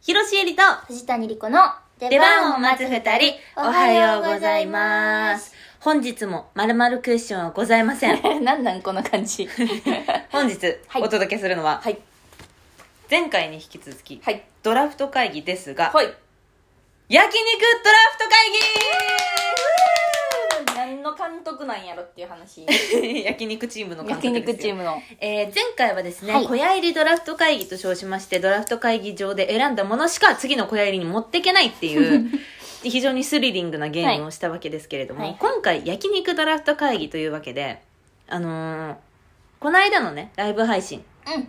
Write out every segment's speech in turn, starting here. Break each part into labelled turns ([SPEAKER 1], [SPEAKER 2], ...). [SPEAKER 1] ひろしえりと
[SPEAKER 2] 藤谷莉子の
[SPEAKER 1] 出番を待つ二人、おはようございます。本日もまるまるクエスチョンはございません。
[SPEAKER 2] なんなんこの感じ
[SPEAKER 1] 本日
[SPEAKER 2] はい
[SPEAKER 1] お届けするのは、
[SPEAKER 2] はい
[SPEAKER 1] 前回に引き続き、
[SPEAKER 2] はい
[SPEAKER 1] ドラフト会議ですが、
[SPEAKER 2] はい
[SPEAKER 1] 焼肉ドラフト
[SPEAKER 2] 何の監督なんやろっていう話
[SPEAKER 1] 会議 焼肉チームの監
[SPEAKER 2] 焼
[SPEAKER 1] 督ですよ
[SPEAKER 2] 肉チームの
[SPEAKER 1] えー前回はですね、
[SPEAKER 2] はい
[SPEAKER 1] 小屋入りドラフト会議と称しまして、ドラフト会議場で選んだものしか次の小屋入りに持っていけないっていう、 非常にスリリングなゲームをしたわけですけれども、
[SPEAKER 2] はい
[SPEAKER 1] 今回焼肉ドラフト会議というわけで、あのーこの間のね、ライブ配信、
[SPEAKER 2] うん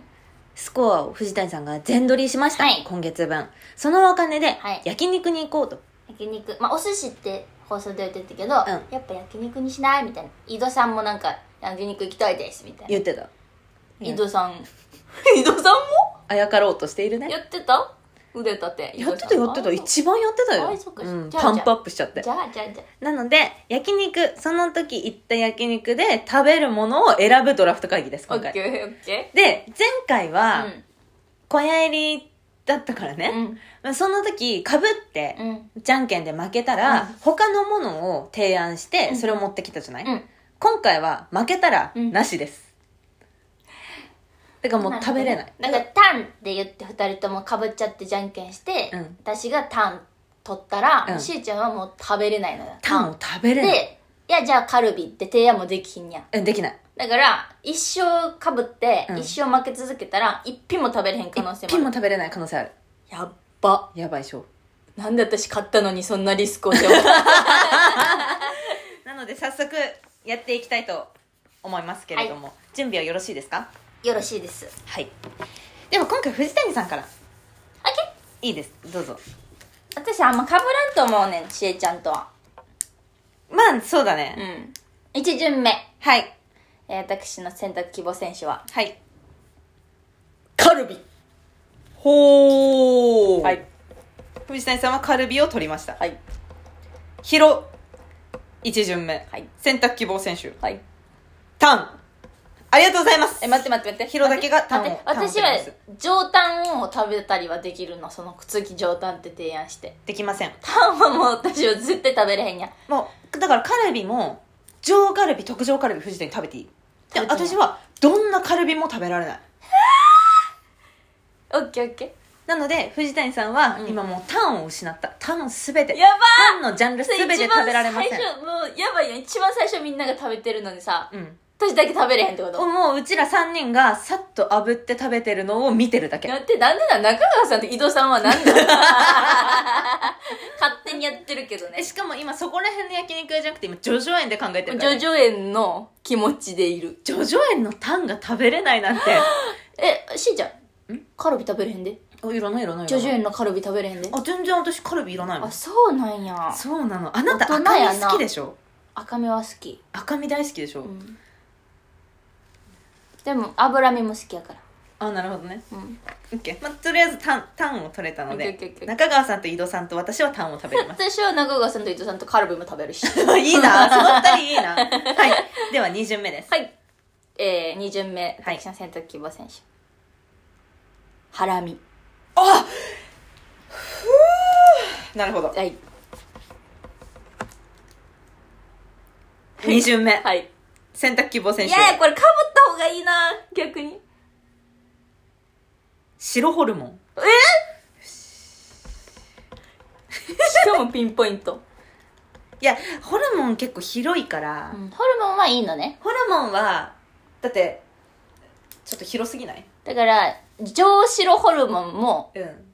[SPEAKER 1] スコアを藤谷さんが全撮りしました、
[SPEAKER 2] はい
[SPEAKER 1] 今月分。そのお金で
[SPEAKER 2] はい
[SPEAKER 1] 焼肉に行こうと。
[SPEAKER 2] 焼肉まあお寿司って放送で言ってたけど、
[SPEAKER 1] ん
[SPEAKER 2] やっぱ焼肉にしないみたいな井戸さんもなんか焼肉行きたいですみたいな
[SPEAKER 1] 言ってた。
[SPEAKER 2] 井戸さん 井戸さんも
[SPEAKER 1] あやかろうとしている
[SPEAKER 2] や
[SPEAKER 1] ね。
[SPEAKER 2] ってた腕立て
[SPEAKER 1] やってたやってた。
[SPEAKER 2] 井戸さん
[SPEAKER 1] 一番やってたよ
[SPEAKER 2] あそっ。か
[SPEAKER 1] うん、
[SPEAKER 2] じゃあ
[SPEAKER 1] パンプアップしちゃって
[SPEAKER 2] あ。じゃあじゃあじゃあ
[SPEAKER 1] なので、焼肉、その時行った焼肉で食べるものを選ぶドラフト会議です、
[SPEAKER 2] オ
[SPEAKER 1] 今
[SPEAKER 2] ッケ
[SPEAKER 1] 回。
[SPEAKER 2] ーオッケ
[SPEAKER 1] で、前回
[SPEAKER 2] ー
[SPEAKER 1] は、
[SPEAKER 2] う
[SPEAKER 1] 小屋入りだったからね、
[SPEAKER 2] ん
[SPEAKER 1] まあその時、かぶって、
[SPEAKER 2] うんうん
[SPEAKER 1] じゃんけんで負けたら、
[SPEAKER 2] うん
[SPEAKER 1] 他のものを提案して、
[SPEAKER 2] うん
[SPEAKER 1] それを持ってきたじゃない、
[SPEAKER 2] うん
[SPEAKER 1] 今回は、負けたら、
[SPEAKER 2] うん
[SPEAKER 1] なしです。だからもう食べれない。
[SPEAKER 2] だから「タン」って言って2人ともかぶっちゃってじゃんけんして、
[SPEAKER 1] うん
[SPEAKER 2] 私が「タン」取ったら、
[SPEAKER 1] うん
[SPEAKER 2] しーちゃんはもう食べれないのよ
[SPEAKER 1] タンを食べれない。
[SPEAKER 2] で「いやじゃあカルビ」って提案もできひんやん
[SPEAKER 1] うんできない。
[SPEAKER 2] だから一生かぶって、
[SPEAKER 1] うん
[SPEAKER 2] 一生負け続けたら一品も食べれへん可能性
[SPEAKER 1] 一
[SPEAKER 2] も
[SPEAKER 1] 品
[SPEAKER 2] ある
[SPEAKER 1] も食べれない可能性ある。
[SPEAKER 2] やっば
[SPEAKER 1] やばいでしょ。
[SPEAKER 2] なんで私買ったのにそんなリスクを背負った
[SPEAKER 1] なので早速やっていきたいと思いますけれども、準備はよろしいですか
[SPEAKER 2] よろしいです
[SPEAKER 1] はいでは今回藤谷さんから
[SPEAKER 2] オッケー
[SPEAKER 1] いいですどうぞ
[SPEAKER 2] 私あんまかぶらんと思うねんしえちゃんとは
[SPEAKER 1] まあそうだね、
[SPEAKER 2] うん1巡目、
[SPEAKER 1] はい
[SPEAKER 2] えー私の選択希望選手は
[SPEAKER 1] はい
[SPEAKER 2] カルビ
[SPEAKER 1] ほー
[SPEAKER 2] はい
[SPEAKER 1] 藤谷さんはカルビを取りました
[SPEAKER 2] はい
[SPEAKER 1] ヒロ1巡目、
[SPEAKER 2] はい
[SPEAKER 1] 選択希望選手
[SPEAKER 2] はい
[SPEAKER 1] タンありがとうございます
[SPEAKER 2] え待って待って待って
[SPEAKER 1] ヒロだけがタンを
[SPEAKER 2] 待って
[SPEAKER 1] タンを
[SPEAKER 2] 私
[SPEAKER 1] 食べ
[SPEAKER 2] は
[SPEAKER 1] ます
[SPEAKER 2] 上タンを食べたりはできるのその次上タンって提案して
[SPEAKER 1] できません
[SPEAKER 2] タンはもう私は絶対食べれへんやん
[SPEAKER 1] もうだからカルビも上カルビ特上カルビ藤谷食べていいで
[SPEAKER 2] 食べていい
[SPEAKER 1] 私はどんなカルビも食べられない
[SPEAKER 2] オッケーオッケ
[SPEAKER 1] なので藤谷さんは
[SPEAKER 2] うん
[SPEAKER 1] 今もうタンを失ったタンすべて
[SPEAKER 2] ーやば
[SPEAKER 1] タンのジャンル
[SPEAKER 2] ー
[SPEAKER 1] すべて食べられません
[SPEAKER 2] 一番最初もうやばいやん一番最初みんなが食べてるのにさ
[SPEAKER 1] うん
[SPEAKER 2] 私だけ食べれへんってこと
[SPEAKER 1] もううちら3人がさっと炙って食べてるのを見てるだけ
[SPEAKER 2] だってなんでなん中川さんと井戸さんはなん だ勝手にやってるけど
[SPEAKER 1] え
[SPEAKER 2] ね
[SPEAKER 1] しかも今そこら辺の焼肉屋じゃなくて今叙々苑で考えてるからね
[SPEAKER 2] 叙々苑の気持ちでいる
[SPEAKER 1] 叙々苑のタンが食べれない なんて
[SPEAKER 2] えしーちゃんカルビ食べれへんで
[SPEAKER 1] おいらないいらないいら
[SPEAKER 2] 叙々
[SPEAKER 1] ない
[SPEAKER 2] 苑のカルビ食べれへんで
[SPEAKER 1] あ全然私カルビいらないも
[SPEAKER 2] あ
[SPEAKER 1] ん
[SPEAKER 2] そうなんや
[SPEAKER 1] そうなのあなた
[SPEAKER 2] 大
[SPEAKER 1] 赤
[SPEAKER 2] 人やな
[SPEAKER 1] 身好きでしょ
[SPEAKER 2] 赤身は好き、
[SPEAKER 1] 赤身大好きでしょ、
[SPEAKER 2] うん、でも脂身も好きやから
[SPEAKER 1] あなるほどね
[SPEAKER 2] うん
[SPEAKER 1] オッケーまあ、とりあえずタンタンを取れたの
[SPEAKER 2] オッ
[SPEAKER 1] で
[SPEAKER 2] ケーオッケーオッケー
[SPEAKER 1] 中川さんと井戸さんと私はタンを食べれます
[SPEAKER 2] 私は中川さんと伊藤さんとカルビも食べるし
[SPEAKER 1] あ いいな、その二人いいな。はい。では二巡目です。
[SPEAKER 2] はいえー、2巡目
[SPEAKER 1] はい
[SPEAKER 2] 私の選択希望選手ハラミ
[SPEAKER 1] あなるほど。
[SPEAKER 2] はい
[SPEAKER 1] 二巡目。
[SPEAKER 2] はい
[SPEAKER 1] 選択希望選
[SPEAKER 2] い
[SPEAKER 1] 手
[SPEAKER 2] や。ーこれかぶった方がいいな逆に
[SPEAKER 1] 白ホルモン。
[SPEAKER 2] しかもピンポイント、
[SPEAKER 1] いや、ホルモン結構広いから
[SPEAKER 2] う、ん、ホルモンはいいのね
[SPEAKER 1] ホルモンは、だって、ちょっと広すぎない
[SPEAKER 2] だから上白ホルモンも
[SPEAKER 1] うん。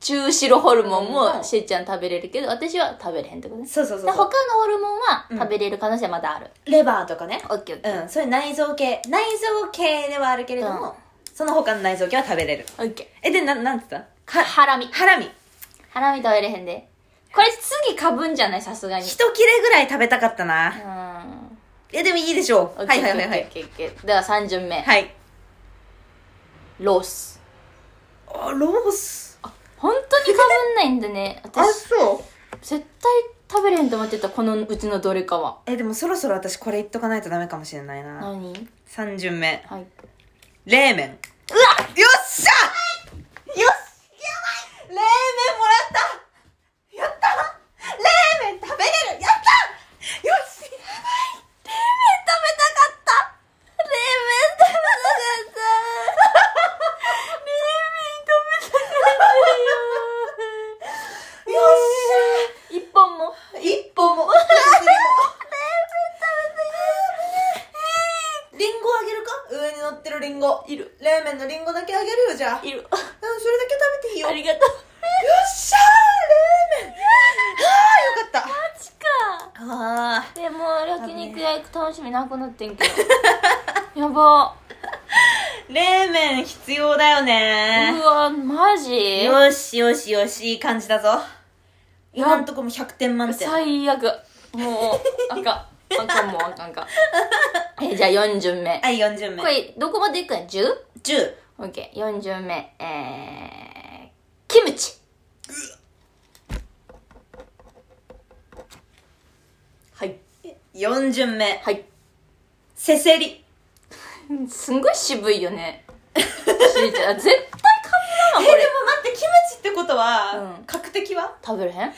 [SPEAKER 2] 中白ホルモン
[SPEAKER 1] う
[SPEAKER 2] も
[SPEAKER 1] ん
[SPEAKER 2] しーちゃん食べれるけど私は食べれへんってことね
[SPEAKER 1] そうそうそ
[SPEAKER 2] で
[SPEAKER 1] うそ
[SPEAKER 2] 他
[SPEAKER 1] う。
[SPEAKER 2] のホルモンは食べれる可能性はまだある、
[SPEAKER 1] レバーとかね。
[SPEAKER 2] オッケーオッケ
[SPEAKER 1] う
[SPEAKER 2] ー
[SPEAKER 1] ん、そういう内臓系。内臓系ではあるけれども、
[SPEAKER 2] うん
[SPEAKER 1] その他の内臓系は食べれる。
[SPEAKER 2] オッケ
[SPEAKER 1] え、で、な、なんつった
[SPEAKER 2] ーハラミ
[SPEAKER 1] ハラミ。
[SPEAKER 2] ハラミ食べれへんでこれ次かぶんじゃないさすがに
[SPEAKER 1] 一切れぐらい食べたかったな
[SPEAKER 2] う。ーん
[SPEAKER 1] え、でもいいでしょう。
[SPEAKER 2] オッ
[SPEAKER 1] は
[SPEAKER 2] ケ
[SPEAKER 1] い
[SPEAKER 2] ー
[SPEAKER 1] はいはいは
[SPEAKER 2] オッ
[SPEAKER 1] い。
[SPEAKER 2] ケーオッケーオッケーでは3巡目、
[SPEAKER 1] はい。
[SPEAKER 2] ロース
[SPEAKER 1] あ、ロース。
[SPEAKER 2] 本当にかぶんないん だね私
[SPEAKER 1] そう。
[SPEAKER 2] 絶対食べれへんと思ってたこのうちのどれかは
[SPEAKER 1] え、でもそろそろ私これ言っとかないとダメかもしれないな。
[SPEAKER 2] 何
[SPEAKER 1] 三3巡目。
[SPEAKER 2] はい
[SPEAKER 1] 冷麺。うわよっしゃよっしゃやばい冷
[SPEAKER 2] なくなってんけどやば
[SPEAKER 1] 冷麺必要だよ ね
[SPEAKER 2] うわマジ
[SPEAKER 1] よしよしよしいい感じだぞ
[SPEAKER 2] や
[SPEAKER 1] 今んとこも100点満点
[SPEAKER 2] 最悪もうあかんあかんもうあかんか えじゃあ4巡目
[SPEAKER 1] はい4巡目
[SPEAKER 2] これどこまでいくんや 10?
[SPEAKER 1] 10
[SPEAKER 2] OK、4巡目、えー、キムチ。はい。
[SPEAKER 1] 4巡目
[SPEAKER 2] はい。
[SPEAKER 1] せせり
[SPEAKER 2] すんごい渋いよね。しーちゃん、絶対
[SPEAKER 1] えー
[SPEAKER 2] 買う
[SPEAKER 1] で
[SPEAKER 2] な、
[SPEAKER 1] も
[SPEAKER 2] こ
[SPEAKER 1] 待
[SPEAKER 2] れ。
[SPEAKER 1] ってキムチってことは、
[SPEAKER 2] うん
[SPEAKER 1] 確定は
[SPEAKER 2] 食べれへん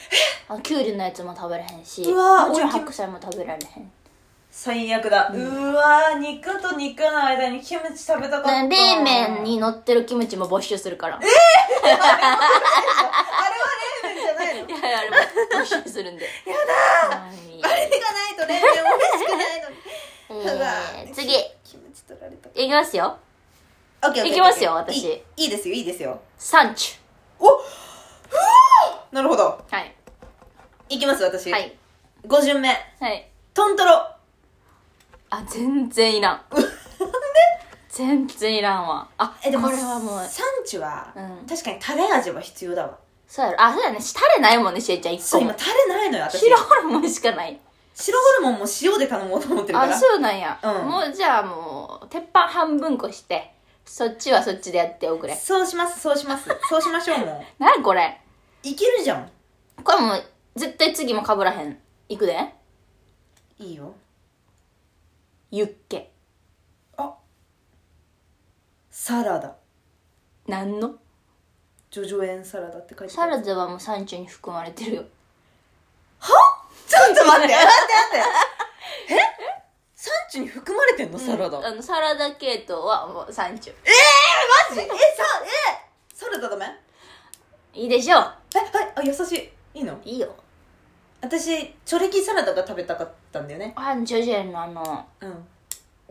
[SPEAKER 2] あ、キュウリのやつも食べれへんし、
[SPEAKER 1] うわー
[SPEAKER 2] もちろん
[SPEAKER 1] 俺キム
[SPEAKER 2] 白菜も食べられへん。
[SPEAKER 1] 最悪だ、うわー肉と肉の間にキムチ食べたかった
[SPEAKER 2] 冷麺に乗ってるキムチも没収するから。
[SPEAKER 1] あれは冷麺じゃ ないの
[SPEAKER 2] いやいや、あれも没収するんで。やだ
[SPEAKER 1] あれがないと冷麺美味しくないのに
[SPEAKER 2] えー、次、
[SPEAKER 1] キムチ取られた
[SPEAKER 2] いきますよ。
[SPEAKER 1] オッケーオッケーオッケー
[SPEAKER 2] いきますよ私
[SPEAKER 1] いいいですよいいですよ
[SPEAKER 2] サンチ
[SPEAKER 1] なるほど
[SPEAKER 2] ュ。はい。
[SPEAKER 1] いきます私、
[SPEAKER 2] はい。
[SPEAKER 1] 5巡目
[SPEAKER 2] はい。
[SPEAKER 1] トントロ
[SPEAKER 2] あ全然いら ん全然いらんわあ
[SPEAKER 1] えでも
[SPEAKER 2] これはもう
[SPEAKER 1] 産地は、
[SPEAKER 2] うん
[SPEAKER 1] 確かにタレ味は必要だわ
[SPEAKER 2] そうやろあそうやねタレないもんねしえちゃん一
[SPEAKER 1] そう
[SPEAKER 2] 個
[SPEAKER 1] 今
[SPEAKER 2] も
[SPEAKER 1] タレないのよ私
[SPEAKER 2] 白ホルモンしかない
[SPEAKER 1] 白ホルモンも塩で頼もうと思ってるから
[SPEAKER 2] あそうなんや、
[SPEAKER 1] うん
[SPEAKER 2] もうじゃあもう鉄板半分こしてそっちはそっちでやっておくれ
[SPEAKER 1] そうしますそうしますそうしましょうも
[SPEAKER 2] 何これ
[SPEAKER 1] ういけるじゃん
[SPEAKER 2] これもう絶対次もかぶらへんいくで
[SPEAKER 1] いいよ
[SPEAKER 2] ユッケ
[SPEAKER 1] サラダ
[SPEAKER 2] 何の
[SPEAKER 1] ジョジョ園サラダって書いてあ
[SPEAKER 2] サ
[SPEAKER 1] る
[SPEAKER 2] ラダはもう山中に含まれてるよ
[SPEAKER 1] ちょっと待って待って待って え産地に含まれてんのサラダ、
[SPEAKER 2] うんあのサラダ系統はもう山中
[SPEAKER 1] マジえさえサラダダメ
[SPEAKER 2] いいでしょう
[SPEAKER 1] えはいあ優しいいいの
[SPEAKER 2] いいよ
[SPEAKER 1] 私チョレキサラダが食べたかったんだよね
[SPEAKER 2] あジョジェのあの
[SPEAKER 1] うん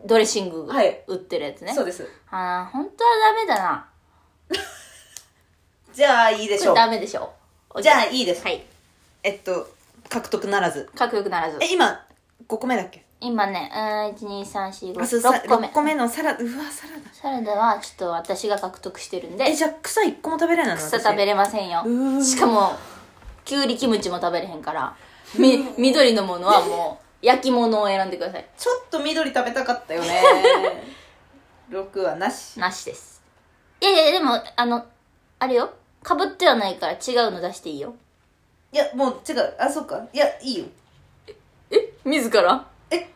[SPEAKER 2] ドレッシングが
[SPEAKER 1] はい
[SPEAKER 2] 売ってるやつね、
[SPEAKER 1] そうです
[SPEAKER 2] ああ本当はダメだな
[SPEAKER 1] じゃあいいで
[SPEAKER 2] こ
[SPEAKER 1] しょ
[SPEAKER 2] れ
[SPEAKER 1] う
[SPEAKER 2] ダメでしょ
[SPEAKER 1] じゃあいいです
[SPEAKER 2] はい
[SPEAKER 1] えっと獲得ならず
[SPEAKER 2] かっこよくならず
[SPEAKER 1] え今5個目だっけ
[SPEAKER 2] 今ね12345
[SPEAKER 1] あそうさ
[SPEAKER 2] 6個目
[SPEAKER 1] 六個目のサラダうわサラダ
[SPEAKER 2] サラダはちょっと私が獲得してるん
[SPEAKER 1] え
[SPEAKER 2] で
[SPEAKER 1] じゃあ草1個も食べれないの
[SPEAKER 2] 草食べ
[SPEAKER 1] れ
[SPEAKER 2] れませんよ
[SPEAKER 1] うー
[SPEAKER 2] しかもきゅうりキムチも食べれへんからみ緑のものはもう焼き物を選んでください
[SPEAKER 1] ちょっと緑食べたかったよね6はなし
[SPEAKER 2] なしですいやいやでもあのあれよかぶってはないから違うの出していいよ
[SPEAKER 1] いやもう違うあそうかいやいいよ
[SPEAKER 2] え自ら
[SPEAKER 1] え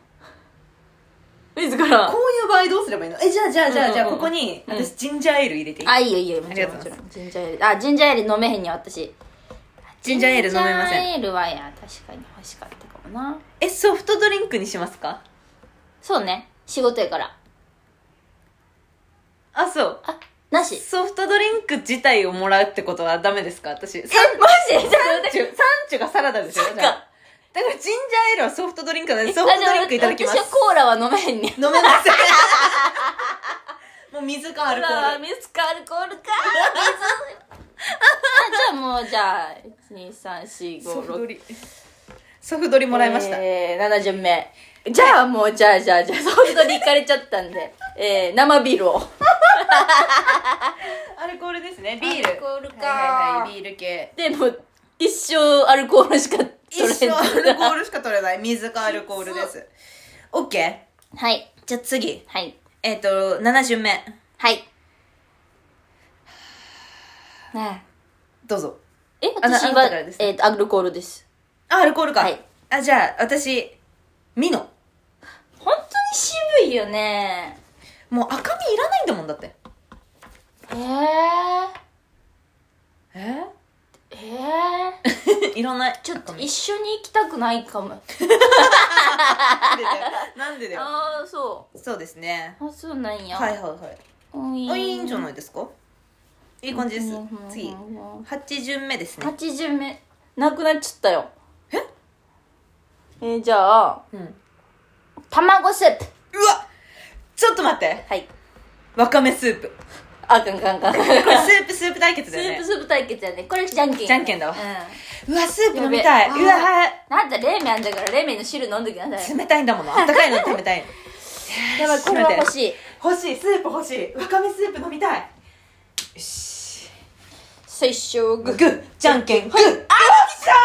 [SPEAKER 2] 自ら
[SPEAKER 1] こういう場合どうすればいいのえじゃあじゃあじゃあじゃあ
[SPEAKER 2] うんう
[SPEAKER 1] こ
[SPEAKER 2] んうん
[SPEAKER 1] こに
[SPEAKER 2] うん
[SPEAKER 1] 私ジンジャーエール入れていい
[SPEAKER 2] あ、いいよいいよ、も
[SPEAKER 1] あ
[SPEAKER 2] ち
[SPEAKER 1] りが
[SPEAKER 2] ろん
[SPEAKER 1] とう
[SPEAKER 2] も
[SPEAKER 1] ご
[SPEAKER 2] ち
[SPEAKER 1] ざい
[SPEAKER 2] ろん。ジンジャーエール。あ、ジンジャーエール飲めへんよ、私。
[SPEAKER 1] ジンジャーエール飲めません
[SPEAKER 2] ジンジャーエールは、いや、確かに欲しかったかもな。
[SPEAKER 1] えソフトドリンクにしますか
[SPEAKER 2] そうね。仕事やから。
[SPEAKER 1] あそう
[SPEAKER 2] あ、なし。
[SPEAKER 1] ソフトドリンク自体をもらうってことはダメですか私え
[SPEAKER 2] マジ
[SPEAKER 1] サンチュ、サンチュがサラダでしょ
[SPEAKER 2] そっか
[SPEAKER 1] じゃあだからジンジャーエールはソフトドリンクなので、ソフトドリンクいただきます
[SPEAKER 2] 私。はコーラは飲めへんねん。
[SPEAKER 1] 飲めま せん。もう水かアルコール。
[SPEAKER 2] ミスかアルコールか。水あ、じゃあもう、じゃあ、1、2、3、4、
[SPEAKER 1] ソ
[SPEAKER 2] 5、
[SPEAKER 1] フド
[SPEAKER 2] 6。
[SPEAKER 1] リ。ソフドリもらいました。
[SPEAKER 2] えー、7巡目。じゃあもう、じゃあじゃあじゃあ、ソフトに行かれちゃったんで、えー、生ビールを。
[SPEAKER 1] アルコールですね。ビール。
[SPEAKER 2] アルコールか
[SPEAKER 1] はいはいはい、ビール系。
[SPEAKER 2] でもう一生アルコールしか取れ
[SPEAKER 1] 一
[SPEAKER 2] ん
[SPEAKER 1] 生アルコールしか取れない。水かアルコールです。オッケー
[SPEAKER 2] はい
[SPEAKER 1] じゃあ次。
[SPEAKER 2] はい
[SPEAKER 1] えっ、と、7巡目。
[SPEAKER 2] はいね
[SPEAKER 1] どうぞ。
[SPEAKER 2] ええ
[SPEAKER 1] あな
[SPEAKER 2] 私
[SPEAKER 1] あなた
[SPEAKER 2] は
[SPEAKER 1] からですね
[SPEAKER 2] えーとアルコールです
[SPEAKER 1] あ、アルコールか。
[SPEAKER 2] はい
[SPEAKER 1] あ、じゃあ、私、ミノ。
[SPEAKER 2] 本当に渋いよね
[SPEAKER 1] もう赤身いらないんだもんだって。
[SPEAKER 2] えー、
[SPEAKER 1] え
[SPEAKER 2] え ー、
[SPEAKER 1] いらない。
[SPEAKER 2] ちょっ
[SPEAKER 1] 赤
[SPEAKER 2] と
[SPEAKER 1] 身
[SPEAKER 2] 一緒に行きたくないかも
[SPEAKER 1] なんでだよ。 なんでだよ。
[SPEAKER 2] ああそ
[SPEAKER 1] そうですね。
[SPEAKER 2] うあそうなんや
[SPEAKER 1] はいはいいはい。
[SPEAKER 2] い
[SPEAKER 1] あいいんじゃないいですかいい感じです
[SPEAKER 2] うんうんうん。
[SPEAKER 1] 次。8巡目ですね。
[SPEAKER 2] 8巡目なくなっちゃったよええー、じゃあ
[SPEAKER 1] うん。うわ
[SPEAKER 2] 卵スープ
[SPEAKER 1] ちょっと待って
[SPEAKER 2] はい
[SPEAKER 1] わかめスープ。
[SPEAKER 2] あかんかんかん。
[SPEAKER 1] これスープスープ対決
[SPEAKER 2] ス
[SPEAKER 1] だよ
[SPEAKER 2] ー
[SPEAKER 1] ね
[SPEAKER 2] プスープ対決やね。これじゃんけんやね。
[SPEAKER 1] じゃんけんだわ
[SPEAKER 2] う
[SPEAKER 1] うわスープ
[SPEAKER 2] ん。
[SPEAKER 1] 飲みたい
[SPEAKER 2] や
[SPEAKER 1] う
[SPEAKER 2] べえ
[SPEAKER 1] わ
[SPEAKER 2] あー
[SPEAKER 1] はい
[SPEAKER 2] なんだ、冷麺あんだから、冷麺の汁飲んどきなさい。
[SPEAKER 1] 冷たいんだものあったかいの冷 たい
[SPEAKER 2] やばい、これは欲しい。
[SPEAKER 1] 欲しいスープ欲しいわかめスープ飲みたいよし
[SPEAKER 2] 最初、グ
[SPEAKER 1] グ
[SPEAKER 2] ッ。
[SPEAKER 1] ーじゃんけんグーあよっしゃー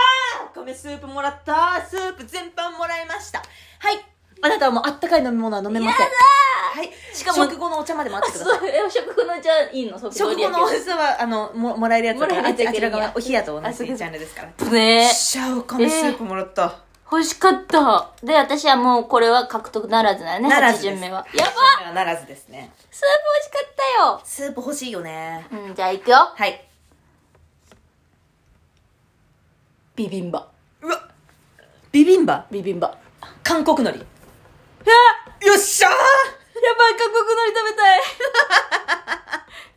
[SPEAKER 1] 米スープもらったスープ全般もらいましたはいあなたはもうあったかい飲み物は飲めませんはいし
[SPEAKER 2] し
[SPEAKER 1] か
[SPEAKER 2] か
[SPEAKER 1] も
[SPEAKER 2] も
[SPEAKER 1] 食後のお茶まで待ってください
[SPEAKER 2] そう、え食後のじゃいいの食
[SPEAKER 1] 食後のお茶はあのももらえるやつだから
[SPEAKER 2] もら
[SPEAKER 1] あ
[SPEAKER 2] える
[SPEAKER 1] ちあ
[SPEAKER 2] やつだけ
[SPEAKER 1] ちら
[SPEAKER 2] ど
[SPEAKER 1] 側お冷やと同
[SPEAKER 2] あそう
[SPEAKER 1] じ
[SPEAKER 2] か
[SPEAKER 1] ジャンルですからよ
[SPEAKER 2] ね
[SPEAKER 1] っしゃお米スープもらった
[SPEAKER 2] 欲しかった。で、私はもうこれは獲得ならずだよね、
[SPEAKER 1] なら
[SPEAKER 2] 8
[SPEAKER 1] ずです
[SPEAKER 2] 巡目は。やば
[SPEAKER 1] それはならずですね
[SPEAKER 2] スープ
[SPEAKER 1] スープ欲しいよね
[SPEAKER 2] 欲しかったよ。うん、じゃあ行くよ。
[SPEAKER 1] はい
[SPEAKER 2] ビビンバ。
[SPEAKER 1] うわビビンバ
[SPEAKER 2] ビビンバ。やば
[SPEAKER 1] 韓
[SPEAKER 2] い、
[SPEAKER 1] 国海苔よっしゃー
[SPEAKER 2] 韓国海苔食べたい。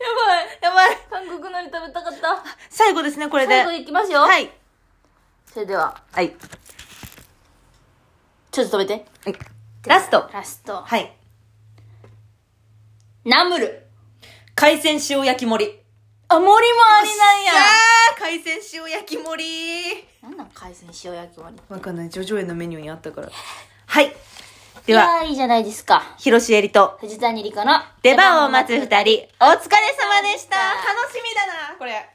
[SPEAKER 2] やばい。
[SPEAKER 1] やばい
[SPEAKER 2] 韓国海苔食べたかった。
[SPEAKER 1] 最後ですねこれで
[SPEAKER 2] 最後行きますよ。
[SPEAKER 1] はい
[SPEAKER 2] それでは、
[SPEAKER 1] はい
[SPEAKER 2] ちょっと止めて。
[SPEAKER 1] はいラスト
[SPEAKER 2] ラスト。
[SPEAKER 1] はい
[SPEAKER 2] ナムル。
[SPEAKER 1] 海鮮塩焼き盛り
[SPEAKER 2] あ、森もありなんや
[SPEAKER 1] さ。あ海鮮塩焼き盛り
[SPEAKER 2] なんなん海鮮塩焼き森。
[SPEAKER 1] わかんないジョジョ園のメニューにあったからはいで
[SPEAKER 2] いや
[SPEAKER 1] は
[SPEAKER 2] ーいいじゃないですか。
[SPEAKER 1] 広瀬絵里と
[SPEAKER 2] 藤谷莉子の
[SPEAKER 1] 出番を待つ二人お疲れ様でした
[SPEAKER 2] あ
[SPEAKER 1] 楽しみだなこれ